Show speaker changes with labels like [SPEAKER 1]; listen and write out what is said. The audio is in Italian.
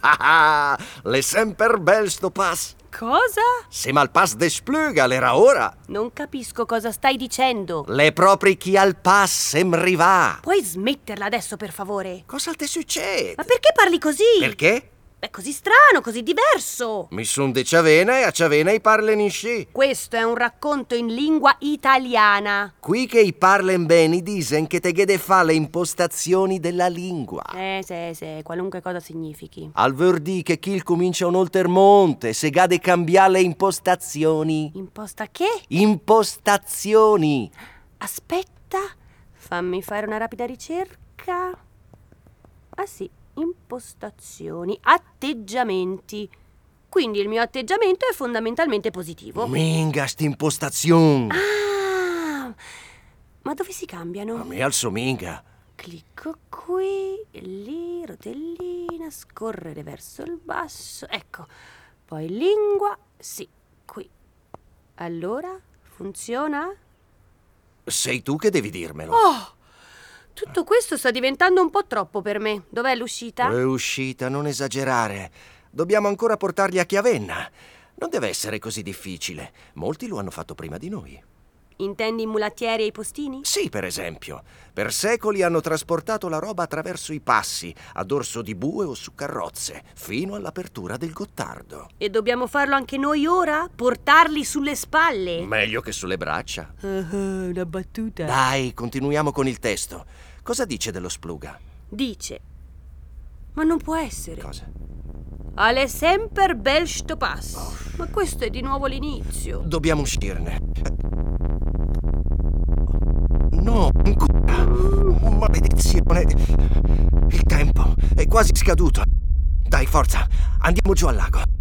[SPEAKER 1] Ah, Le semper bel sto pass.
[SPEAKER 2] Cosa?
[SPEAKER 1] Se mal pass de spluga l'era ora.
[SPEAKER 2] Non capisco cosa stai dicendo.
[SPEAKER 1] Le propri chi al pass sem rivà.
[SPEAKER 2] Puoi smetterla adesso, per favore?
[SPEAKER 1] Cosa te succede?
[SPEAKER 2] Ma perché parli così?
[SPEAKER 1] Perché?
[SPEAKER 2] È così strano, così diverso.
[SPEAKER 1] Mi son de Ciavena e a Ciavena i parlen in sci.
[SPEAKER 2] Questo è un racconto in lingua italiana.
[SPEAKER 1] Qui che i parlen bene disen che te gede fa le impostazioni della lingua.
[SPEAKER 2] Eh, se, se, qualunque cosa significhi.
[SPEAKER 1] Al ver dì che chi comincia un oltermonte se gade cambiare le impostazioni.
[SPEAKER 2] Imposta che?
[SPEAKER 1] Impostazioni.
[SPEAKER 2] Aspetta, fammi fare una rapida ricerca. Ah sì, impostazioni, atteggiamenti. Quindi il mio atteggiamento è fondamentalmente positivo.
[SPEAKER 1] Minga st'impostazione.
[SPEAKER 2] Ah, ma dove si
[SPEAKER 1] A
[SPEAKER 2] cambiano?
[SPEAKER 1] me alzo minga.
[SPEAKER 2] Clicco qui, lì, rotellina, scorrere verso il basso. Ecco, poi lingua, sì, qui. Allora, funziona?
[SPEAKER 1] Sei tu che devi dirmelo.
[SPEAKER 2] Oh, tutto questo sta diventando un po' troppo per me. Dov'è l'uscita?
[SPEAKER 1] È uscita, non esagerare. Dobbiamo ancora portarli a Chiavenna. Non deve essere così difficile. Molti lo hanno fatto prima di noi.
[SPEAKER 2] Intendi i mulattieri e i postini?
[SPEAKER 1] Sì, per esempio. Per secoli hanno trasportato la roba attraverso i passi, ad orso di bue o su carrozze, fino all'apertura del Gottardo.
[SPEAKER 2] E dobbiamo farlo anche noi ora? Portarli sulle spalle? Ah,
[SPEAKER 1] Meglio che sulle braccia.
[SPEAKER 2] una battuta.
[SPEAKER 1] Mm. Dai, continuiamo con il testo. Cosa dice dello spluga?
[SPEAKER 2] Dice. Ma non può essere.
[SPEAKER 1] Cosa?
[SPEAKER 2] Ale semper bel sto pass. Ma questo è di nuovo l'inizio.
[SPEAKER 1] Dobbiamo uscirne. No, ancora. Oh, Maledizione. Il tempo è quasi scaduto. Dai, forza, andiamo giù al lago.